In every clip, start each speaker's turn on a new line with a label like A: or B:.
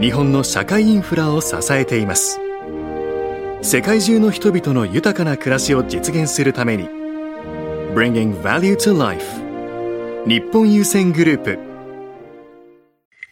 A: 日本の社会インフラを支えています世界中の人々の豊かな暮らしを実現するために Bringing Value to Life 日本郵船グループ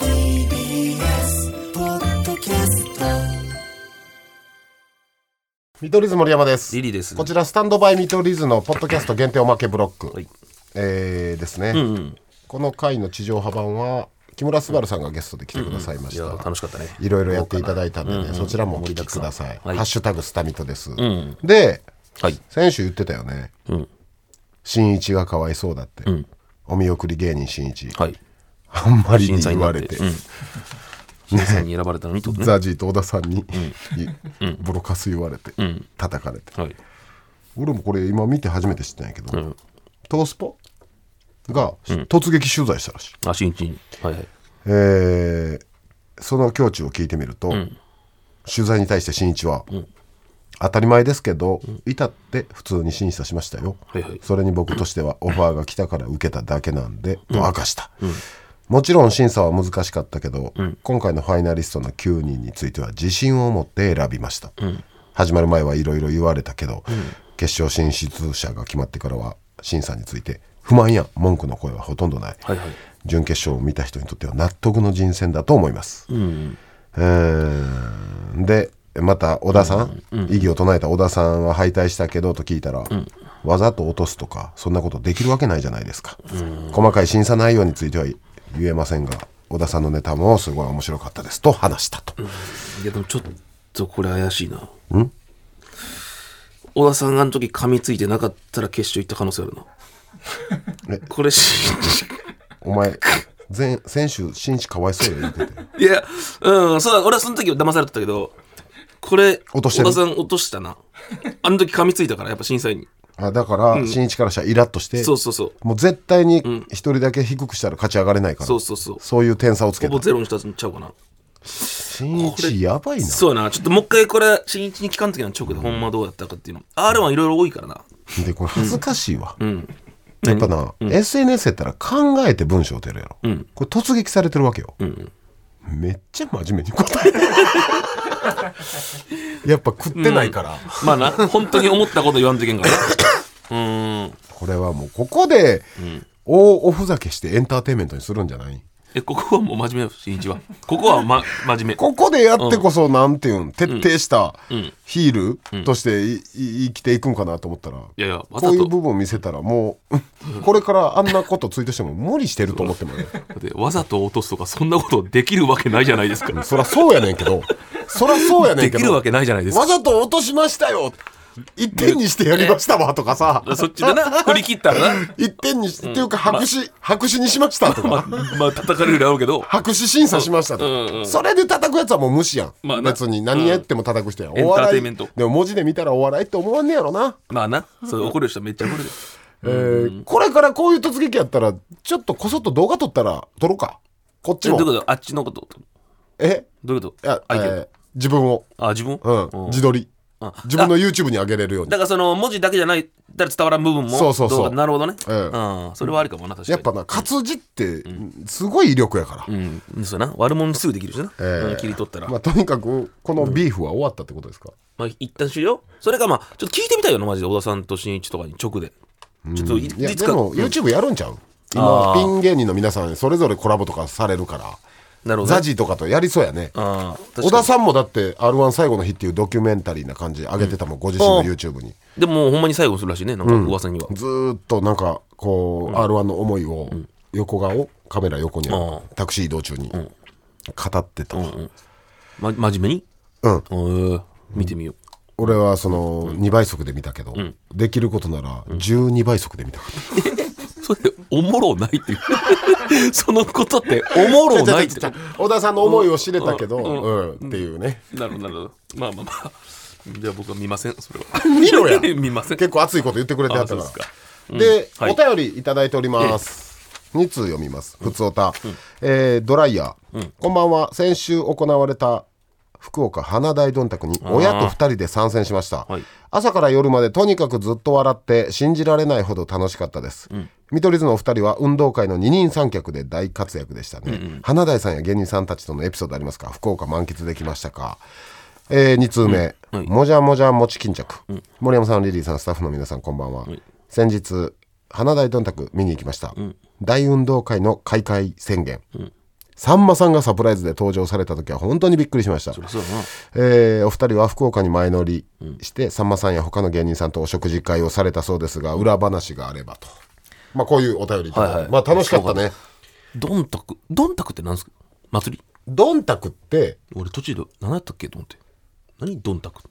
B: TBS ポッドキャスト
C: 見取り図森山です。
D: リリーです
C: こちら、スタンドバイ見取り図のポッドキャスト限定おまけブロック。
D: はい
C: えーですね、この回の地上波版は、木村昴さんがゲストで来てくださいま
D: い
C: し
D: や
C: た。
D: 楽しかったね
C: いろいろやっていただいたんでね、そちらもお聞きください。
D: はい
C: ハッシュタグスタミトです。で、
D: はい
C: 先週言ってたよね。新一がかわいそうだって。お見送り芸人新一。
D: はい
C: あんまりに
D: 審査
C: 言
D: 員にな
C: わ
D: っ
C: れて。
D: てうん審査員に選ばれたのにってことね
C: ザジーと小田さんに、いボロカス言われて、叩かれて、
D: はい
C: 俺もこれ今見て初めて知ったんやけど、トースポが突撃取材したらしい、
D: あ新一にはいはい
C: えーその境地を聞いてみると、取材に対して新一は、当たり前ですけど、至って普通に審査しましたよ、
D: はいはい
C: それに僕としてはオファーが来たから受けただけなんで、と明かした、もちろん審査は難しかったけど、今回のファイナリストの9人については自信を持って選びました、始まる前はいろいろ言われたけど、決勝進出者が決まってからは審査について不満や文句の声はほとんどない、
D: はいはい
C: 準決勝を見た人にとっては納得の人選だと思います。えーでまた小田さん、異議を唱えた小田さんは敗退したけどと聞いたら、わざと落とすとかそんなことできるわけないじゃないですか、細かい審査内容については言えませんが小田さんのネタもすごい面白かったですと話したと、
D: いやでもちょっとこれ怪しいな小田さんがあの時噛みついてなかったら決勝行った可能性ある
C: え
D: なこれ新一
C: お前前先週新一かわいそうよ言ってて
D: いやうんそうだ俺はその時は騙されてたけどこれ
C: 落として
D: 小
C: る
D: 田さん落としたなあの時噛みついたからやっぱ審査員に
C: あだから新一からしたらイラッとして、
D: そうそうそう
C: もう絶対に一人だけ低くしたら勝ち上がれないから、
D: そうそうそう
C: そういう点差をつけ
D: ほ
C: た
D: ぼゼロにしたんちゃうかな
C: 新一やばいな
D: そうやなちょっともう一回これ新一に聞かん時の直でほんまどうやったかっていうの R1 いろいろ多いからな
C: でこれ恥ずかしいわ、やっぱな、SNS やったら考えて文章を出るやろ、これ突撃されてるわけよ、めっちゃ真面目に答えてる やっぱ食ってないから、
D: ま あな本当に思ったこと言わんといけんからな
C: これはもうここで、大おふざけしてエンターテインメントにするんじゃない
D: えここはもう真面目よ新一はここは、ま、真面目
C: ここでやってこそ、なんていうん徹底したヒールとしていい生きていくんかなと思ったら、
D: いやいやわ
C: こ
D: ざ
C: うい
D: と
C: う部分を見せたらもう これからあんなことツイートしても無理してると思ってもね
D: だってわざと落とすとかそんなことできるわけないじゃないですか
C: そらそうやねんけどそらそうやねん
D: で
C: けど
D: きるわけないじゃないです
C: わ
D: か
C: ざと落としましたよ一点にしてやりましたわとかさ
D: そっちでな振り切ったらな
C: 一点にしっていうか白紙、白紙にしましたと か
D: まあ叩かれるだろうけど
C: 白紙審査しましたとか、それで叩くやつはもう無視やん、
D: まあな
C: 別に何やっても叩く人やん、
D: うん
C: お笑い
D: エンターテインメント
C: でも文字で見たらお笑いって思わんねやろな、
D: まあなそれ怒る人はめっちゃ怒るで
C: えーこれからこういう突撃やったらちょっとこそっと動画撮ったら撮ろうかこっち
D: えどう
C: も
D: いうことあっちのこと
C: え
D: どういうこと
C: いや、え
D: 相手
C: ー自分を、
D: あ自分、
C: うん
D: うん
C: 自撮り
D: あ
C: 自分の YouTube に上げれるように
D: だからその文字だけじゃないだから伝わらん部分も
C: そうそうそう
D: 動画なるほどね、
C: ええ
D: うん、それはありかもな確かに
C: やっぱな活字ってすごい威力やから、
D: うんそうやな悪者すぐできるしな、
C: ええ
D: うん切り取ったら、
C: まあ、とにかくこのビーフは終わったってことですか、
D: まあ、一旦終了それかまあちょっと聞いてみたいよなマジで小田さんと新一とかに直でちょっと
C: い
D: い,、
C: や
D: つ
C: で
D: か
C: も
D: うん
C: YouTube やるんちゃう今
D: あー
C: ピン芸人の皆さんそれぞれコラボとかされるから
D: なるほどね、
C: ザジーとかとやりそうやね
D: ああ
C: 小田さんもだって「r 1最後の日」っていうドキュメンタリーな感じ上げてたもん、ご自身の
D: あー
C: YouTube に
D: でももうほんまに最後するらしいねなんか噂には、
C: ずーっとなんかこう、r 1の思いを横顔カメラ横に
D: あー
C: タクシー移動中に語ってたわ
D: ま、真面目に
C: うん
D: うん見てみよう
C: 俺はその2倍速で見たけど、できることなら12倍速で見たかった
D: それでおもろないっていう そのことっておもろ ないって
C: じゃあじゃあじゃあ小田さんの思いを知れたけど、
D: うん
C: うんっていうね
D: なるほどなるほどまあまあまあじゃあ僕は見ませんそれは
C: 見ろや
D: 見ません
C: 結構熱いこと言ってくれてあ
D: あ
C: った
D: そう
C: か
D: で
C: ら
D: すか
C: で、
D: はい
C: お便りいただいております。2通読みます。普通おた。えードライヤー、こんばんは。先週行われた福岡花大どんたくに親と2人で参戦しました
D: はい。
C: 朝から夜までとにかくずっと笑って信じられないほど楽しかったです。見取り図のお二人は運動会の二人三脚で大活躍でしたね。花大さんや芸人さんたちとのエピソードありますか福岡満喫できましたかえー、2通目、もじゃもじゃもち巾着、森山さんリリーさんスタッフの皆さんこんばんは、先日花大どんたく見に行きました、大運動会の開会宣言、さんまさんがサプライズで登場された時は本当にびっくりしました
D: そうだな
C: えーお二人は福岡に前乗りして、さんまさんや他の芸人さんとお食事会をされたそうですが裏話があればとまあこういうお便りいただいて、
D: はいはい
C: まあ楽しかったね
D: どんたくどんたくってなんですか祭り
C: どんたくって
D: 俺途中で何やったっけと思って何どんたく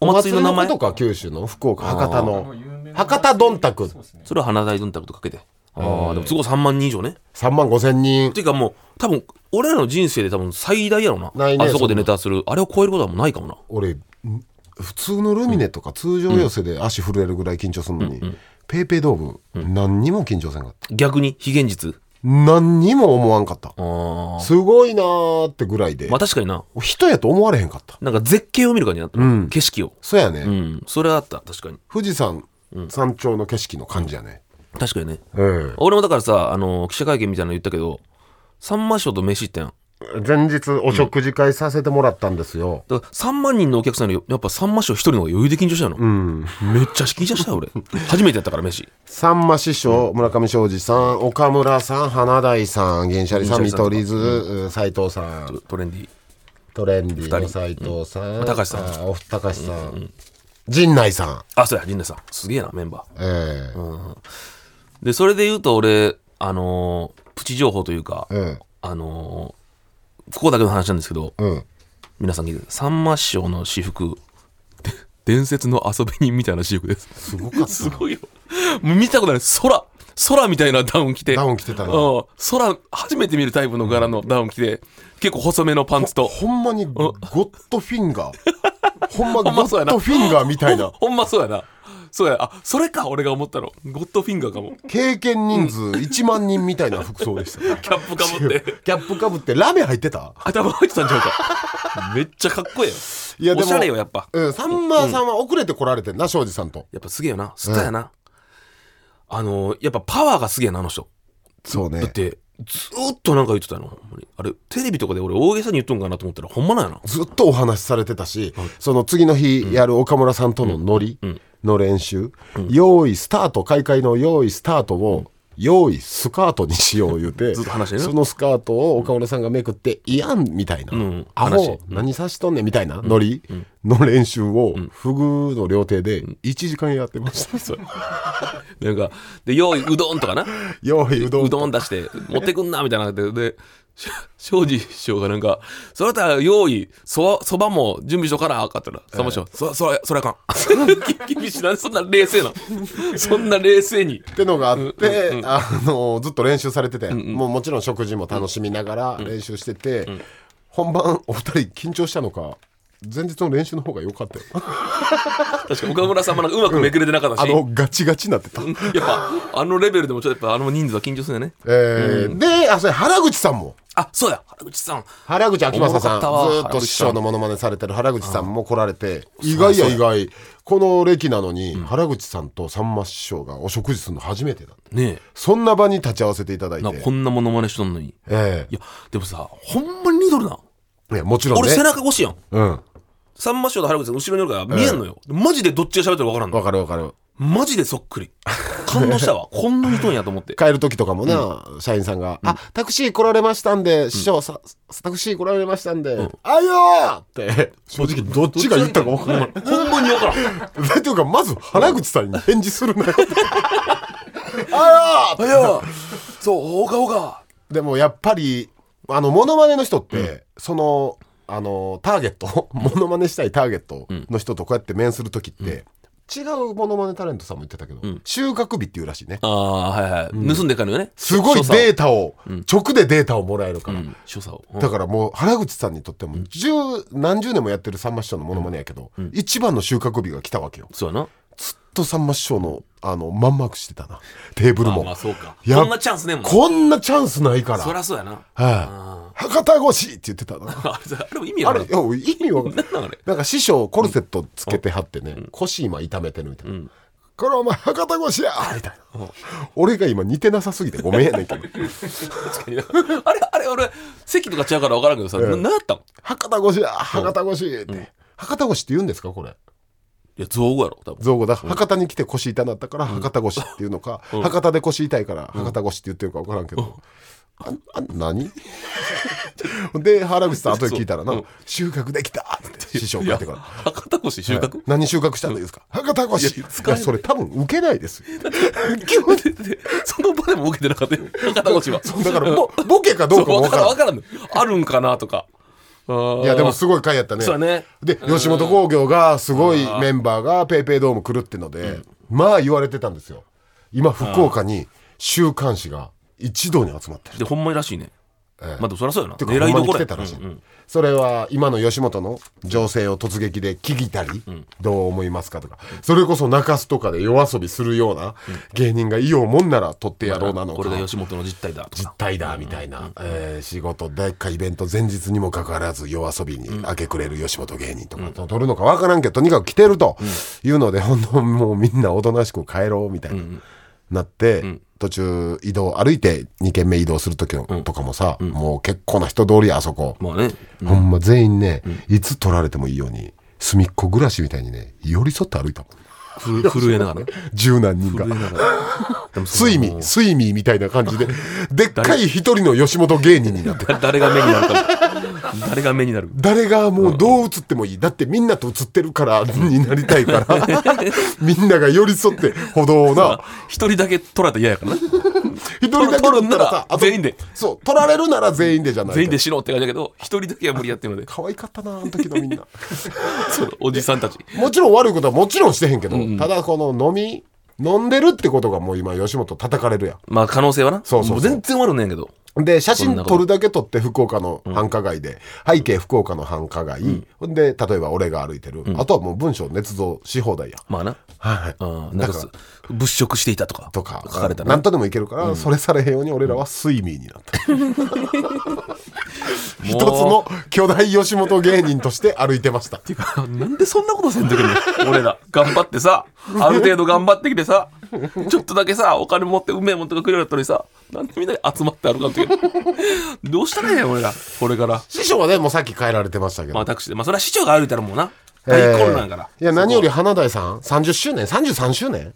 D: お
C: お
D: 祭りの名前
C: ことか九州の福岡博多の博多どんたく
D: それは花大どんたくとかけてああでもすごい3万人以上ね
C: 3万5千人
D: ていうかもう多分俺らの人生で多分最大やろな
C: ないね
D: あそこでネタするあれを超えることはもうないかもな
C: 俺ん普通のルミネとか通常寄せで足震えるぐらい緊張するのに、ペイペイドーム、何にも緊張せんかった
D: 逆に非現実
C: 何にも思わんかった
D: ああ
C: すごいなーってぐらいで、
D: まあ確かにな
C: 人やと思われへんかった
D: なんか絶景を見る感じになった、
C: ん
D: 景色を
C: そうやね、
D: うんそれはあった確かに
C: 富士山山頂の景色の感じやね、
D: 確かにね
C: うん
D: 俺もだからさあの記者会見みたいなの言ったけどさんま師匠と飯行ったやん
C: 前日お食事会させてもらったんですよ、
D: だから3万人のお客さんよりやっぱさんま師匠一人の方が余裕で緊張したの、めっちゃ緊張したよ俺 初めてやったから飯
C: さんま師匠、村上庄司さん、岡村さん、花大さん、銀シャリさん、
D: 銀
C: 見
D: シャリさんとか
C: 取り図、斎、藤さん、
D: トレンディ
C: トレンディの
D: 人
C: 斎藤さん、
D: ん高橋さん
C: あお高橋さん、陣内さ
D: あそうや陣内さんすげえなメンバー
C: ん、ええ
D: でそれで言うと俺あのープチ情報というか、
C: え
D: あのーここだけの話なんですけど、
C: えうん。
D: 皆さん聞いてさんま師匠の私服で伝説の遊び人みたいな私服ですすごかったすごいよもう見たことない空空みたいなダウン着て
C: ダウン着てたな
D: うん空初めて見るタイプの柄のダウン着て結構細めのパンツと
C: ほんまにゴッドフィンガー。 ほんまゴ
D: ほんま
C: ッ
D: そうやな
C: ドフィンガーみたいな。
D: ほんまそうやなそうやあそれか俺が思ったのゴッドフィンガーかも
C: 経験人数1万人みたいな服装でしたね。
D: キャップかぶって
C: キャップかぶってラメ入ってた
D: 頭入ってたんちゃうかめっちゃかっこええよ
C: いやでも
D: おしゃれよやっぱ
C: うん、さんまさんは遅れて来られてんな、庄司さんと。
D: やっぱすげえよなスターやな、あのやっぱパワーがすげえなあの人
C: そうね
D: だってずーっとなんか言ってたのほんまにあれテレビとかで俺大げさに言っとんかなと思ったらほんまなんやな
C: ずっとお話しされてたし、その次の日やる岡村さんとのノリの練習、用意スタート、開会の用意スタートを、用意スカートにしよう言うて、
D: ずっと話してる
C: そのスカートを岡村さんがめくって、いやんみたいな、
D: ん
C: ア
D: 話
C: ホ、何さしとんねんみたいなノリの練習を、フグの料亭で1時間やってました。
D: なんかで用意うどんとかな
C: 用意うどん
D: うどん出して持ってくんなみたいなででし庄司師匠がなんか「それだったら用意そそばも準備しとかな」かったらさんま師匠「そそれそれあかん」 厳しいなそんな冷静なそんな冷静に
C: ってのがあって、あのずっと練習されてて、もうもちろん食事も楽しみながら練習してて、本番お二人緊張したのか前日の練習の方が良かったよ
D: 確か岡村さんもなんかうまくめくれてなかった
C: あ
D: し、
C: のガチガチになってた、
D: うんやっぱあのレベルでもちょっとやっぱあの人数は緊張するよね
C: えーであそれ原口さんも
D: あそうや原口さん
C: 原口秋政さん
D: おもろかったわ
C: ずーっと師匠のモノマネされてる原口さんも来られて意外や意外この歴なのに原口さんとさんま師匠がお食事するの初めてだって
D: ね
C: そんな場に立ち会わせていただい
D: え
C: て
D: なんかこんなモノマネしとんのに
C: え
D: いや、でもさ、ほんまに緑な。
C: えいやもちろんね
D: 俺背中越しやん。
C: うん
D: さんま師匠と原口さん後ろにおるから見えんのよ。マジでどっちが喋ってるか分からん
C: わ
D: の。
C: かるわかる
D: マジでそっくり。感動 したわ。こんなにとんやと思って。
C: 帰る時とかもな、社員さんが、あ、タクシー来られましたんで、師匠さ、タクシー来られましたんで、あよーって、正直どっちが言ったか分からない。
D: ほんまに分から ん。
C: というか、まず原口さんに返事するなよ。 あよ
D: いや、そう、おかおか。
C: ーでもやっぱり、あの、モノマネの人って、その、 あの、ターゲット、モノマネしたいターゲットの人とこうやって面する時って、違うモノマネタレントさんも言ってたけど、
D: ん
C: 収穫日っていうらしいね
D: ああはいはい、盗んでいかのよね
C: すごい
D: 所
C: データを、直でデータをもらえるか
D: 作
C: ら、
D: をうん所作を、うん
C: だからもう原口さんにとってはもう十、何十年もやってるさんま師匠のモノマネやけど、一番の収穫日が来たわけよ
D: そうやな
C: ずっとさんま師匠のあのまんまくしてたなテーブル
D: まあ
C: も、
D: まあそうか
C: や
D: こんなチャンスねもん
C: こんなチャンスないから
D: そりゃそうやな
C: はい博多越しって言ってたな
D: あれさあれも意味
C: あ
D: あ
C: れ
D: る
C: いや意味わかんない
D: なんなんあれ
C: なんか師匠コルセットつけてはってね、腰今痛めてるみたいな、これお前博多腰やみたいな、俺が今似てなさすぎてごめんやねんけ ど
D: 確かになあれあれ俺席とか違うから分からんけどさ、な何やったん
C: 博多腰や博多腰って、博多腰って言うんですかこれ
D: いや造語やろ多分
C: 造語だ、博多に来て腰痛なったから博多腰っていうのか、博多で腰痛いから博多腰って言ってるか分からんけど、ああ何 で原口さん後で聞いたらな「収穫できた!」って師匠帰ってから
D: 博多越収穫、
C: 何収穫したんですか博多越し。いや、それ多分受けないですよ。
D: で その場でも受けてなかったよ博多越は
C: だからボ、ボケかどうかも分
D: 分か
C: からら
D: ん
C: ん。
D: 分からんのあるんかなとか
C: い
D: い
C: や、でもすごい回やったね。
D: そうやね
C: で、吉本興業がすごいメンバーがペイペイドーム来るってので、まあ言われてたんですよ。今、福岡に週刊誌が一堂に集まってる。
D: でほんまにらしいね、まあでもそりゃそうやな
C: てか
D: 狙い
C: ほんまに
D: どこ
C: 来
D: ろ
C: て
D: や
C: たらしい、それは今の吉本の情勢を突撃で聞いたり、どう思いますかとかそれこそ中洲とかで夜遊びするような芸人がいようもんなら取ってやろうなのか、
D: これが吉本の実態だと
C: 実
D: か
C: 態だみたいな、えー仕事でっかイベント前日にもかかわらず夜遊びに明け暮れる吉本芸人とかと撮るのかわからんけどとにかく来てるというのでほんともうみんなおとなしく帰ろうみたいな。なって、途中移動歩いて2軒目移動する時のとかもさ、もう結構な人通りやあそこ、
D: まあね
C: ほんま全員ね、いつ取られてもいいように隅っこ暮らしみたいにね寄り添って歩いたもん
D: ふ震えながらね
C: 十何人が
D: 震えながらでもその
C: 睡眠睡眠みたいな感じ ででっかい一人の吉本芸人になって
D: だ誰が目になるか誰が目になる
C: 誰がもうどう映ってもいい、だってみんなと映ってるからになりたい からみんなが寄り添って歩道をな
D: 一人だけ取られたら嫌やからね
C: 一人だけ
D: 撮る
C: 取
D: ん
C: った
D: なら
C: らさあと
D: 全員で
C: そう取られるなら全員でじゃない
D: 全員で死のうって感じだけど一人だけは無理やってるので
C: 可愛かったなあの時のみんな
D: そのおじさんたち
C: もちろん悪いことはもちろんしてへんけど、ただこの飲み飲んでるってことがもう今吉本叩かれるやん
D: まあ可能性はな
C: そうそうそう
D: も全然悪ないんやけど
C: で写真撮るだけ撮って福岡の繁華街で、背景福岡の繁華街、ほんで例えば俺が歩いてる、あとはもう文章捏造し放題や、
D: まあな
C: はい
D: あ
C: だ
D: なん
C: か
D: からす物色していたとか
C: とか
D: 書かれた
C: な
D: なん
C: とでもいけるから、それされへんように俺らは睡眠になった、 一つの巨大吉本芸人として歩いてました
D: なんでそんなことせんといけないの 俺ら頑張ってさある程度頑張ってきてさちょっとだけさお金持ってうめえもんとかくれるやったのにさなんでみんなで集まって歩かんといけない どうしたらええんや俺らこれから
C: 師匠はねもうさっき帰られてましたけど、
D: まあ私でまあそれは市長が歩いたらもうな大混乱やから、
C: えーいや何より花大さん30周年33周年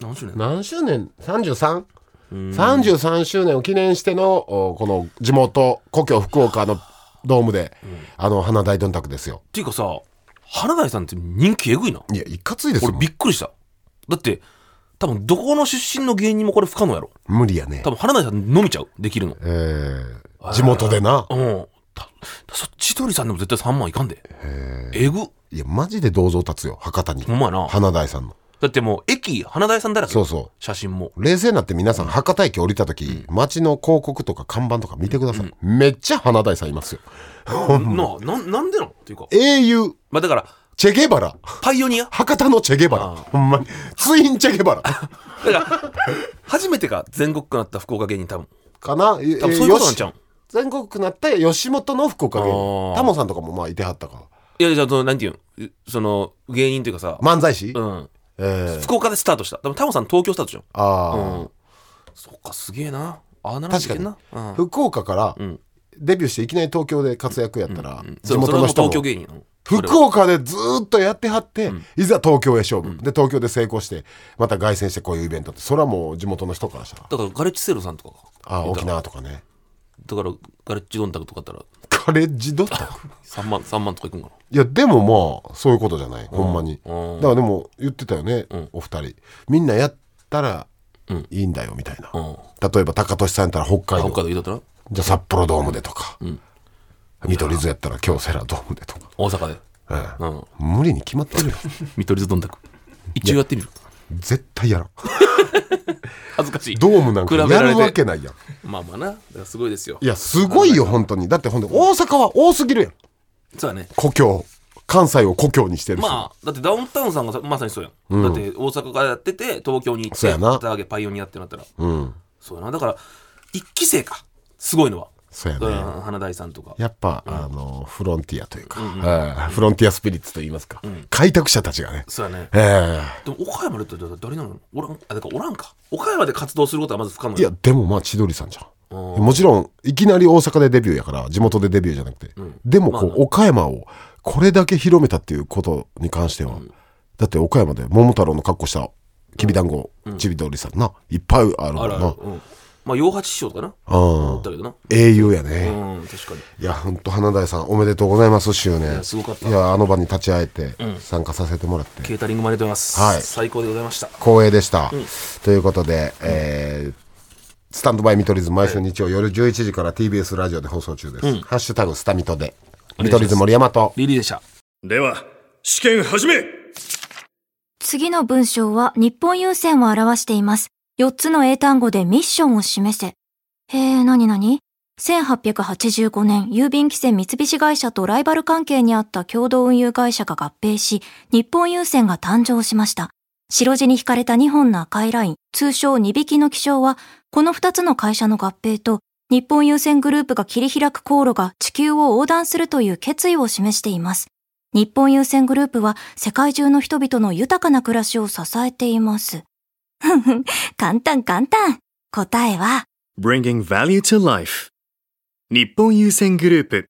D: 何しようね
C: 何周年 ?33? 33周年を記念してのおこの地元故郷福岡のドームで、あの花大どんたくですよ
D: っていうかさ花大さんって人気えぐいない
C: やいかついです
D: 俺
C: もん
D: びっくりしただって多分どこの出身の芸人もこれ不可能やろ
C: 無理やね
D: 多分花大さん飲みちゃうできるの
C: えー、地元でな
D: うんたそ千鳥さんでも絶対3万いかんでえぐ
C: いやマジで銅像立つよ博多に
D: ほんまやな
C: 花大さんの
D: だってもう駅花大さんだらけ
C: そうそう
D: 写真も
C: 冷静になって皆さん博多駅降りた時、街の広告とか看板とか見てください、めっちゃ花大さんいますよ
D: なななんでなんっていうか
C: 英雄
D: まあだから
C: チェゲバラ
D: パイオニア
C: 博多のチェゲバラほんまにツインチェゲバラ
D: だから初めてが全国区なった福岡芸人多分
C: かな、え
D: 多分
C: え
D: そういうことなんちゃうん
C: よし全国区なった吉本の福岡芸
D: あ
C: 人
D: ー
C: タモさんとかもまあいてはったか
D: いやじゃあそのなんていうんうその芸人というかさ、
C: 漫才師、
D: うん
C: えー
D: 福岡でスタートしたでもタモさん東京スタートじゃん
C: あ
D: う
C: ー
D: んそっかすげえなああなら
C: 確かに
D: な、うん、
C: 福岡からデビューしていきなり東京で活躍やったら、地元
D: それ
C: の
D: も
C: 人も
D: 東京芸人なのそれ
C: 福
D: は
C: 岡でずーっとやってはって、いざ東京へ勝負、で東京で成功してまた凱旋してこういうイベントってそれはもう地元の人からしたら
D: だからガレッジセールさんとかか
C: あー沖縄とかね
D: だからガレッジドンタクとかだったら
C: カレッジだ った
D: 3万3万とかいくんかない
C: やでもまあそういうことじゃない、ほんまに、
D: うん
C: だからでも言ってたよね、お二人みんなやったらいいんだよみたいな、
D: うん
C: 例えば高俊さんやったら北海道
D: 北海道行ったら
C: じゃあ札幌ドームでとか、見取り図やったら京セラドームでとか、
D: 大阪で
C: ええ
D: うん
C: 無理に決まってるよ
D: 見取り図どんたく一応やってみる
C: 絶対やらん
D: 恥ずかしい
C: ドームなんか
D: 比べ
C: や
D: られ
C: る
D: て
C: わけないやん
D: まあまあなだからすごいですよ
C: いやすごいよ本当にだって本当に大阪は多すぎるやん
D: そうだね
C: 故郷関西を故郷にしてる人、
D: まあだってダウンタウンさんがさまさにそうやん、だって大阪からやってて東京に行って
C: そうやな
D: 旗揚げパイオニアってなったら
C: うん
D: そうやなだから一期生かすごいのは
C: そうやね、
D: うん花大さんとか
C: やっぱ、あのフロンティアというか、ええフロンティアスピリッツといいますか、開拓者たちがね、
D: そうやね
C: え
D: でも岡山でって誰なのおらんあだからおらんか岡山で活動することはまず不可能
C: えいやでもまあ千鳥さんじゃん
D: うん
C: もちろんいきなり大阪でデビューやから地元でデビューじゃなくて、でもこう、
D: まあ
C: 岡山をこれだけ広めたっていうことに関しては、だって岡山で桃太郎の格好したきびだんご、ちびどりさんないっぱいあるから
D: あら
C: な
D: ら、うん、まあ洋八師匠とかな
C: あー
D: 思ったけどな
C: 英雄やね、
D: うん確かに
C: いや本当花大さんおめでとうございます周年
D: やすごかった
C: いやあの場に立ち会えて参加させてもらって、
D: ケータリングまで出ます、
C: はい
D: 最高でございました
C: 光栄でした、ということで、えースタンドバイ見取り図毎週日曜夜11時から TBS ラジオで放送中です、ハッシュタグスタミトで
D: 願いします
C: 見取り図森山と
D: リリーでした
A: では試験始め
E: 次の文章は日本郵船を表しています。4つの英単語でミッションを示せ。へえ、なになに ?1885 年、郵便規制三菱会社とライバル関係にあった共同運輸会社が合併し、日本郵船が誕生しました。白地に引かれた2本の赤いライン、通称2匹の気象は、この2つの会社の合併と、日本郵船グループが切り開く航路が地球を横断するという決意を示しています。日本優先グループは世界中の人々の豊かな暮らしを支えています。ふんふん、簡単簡単。答えは、
A: Bringing Value to Life 日本優先グループ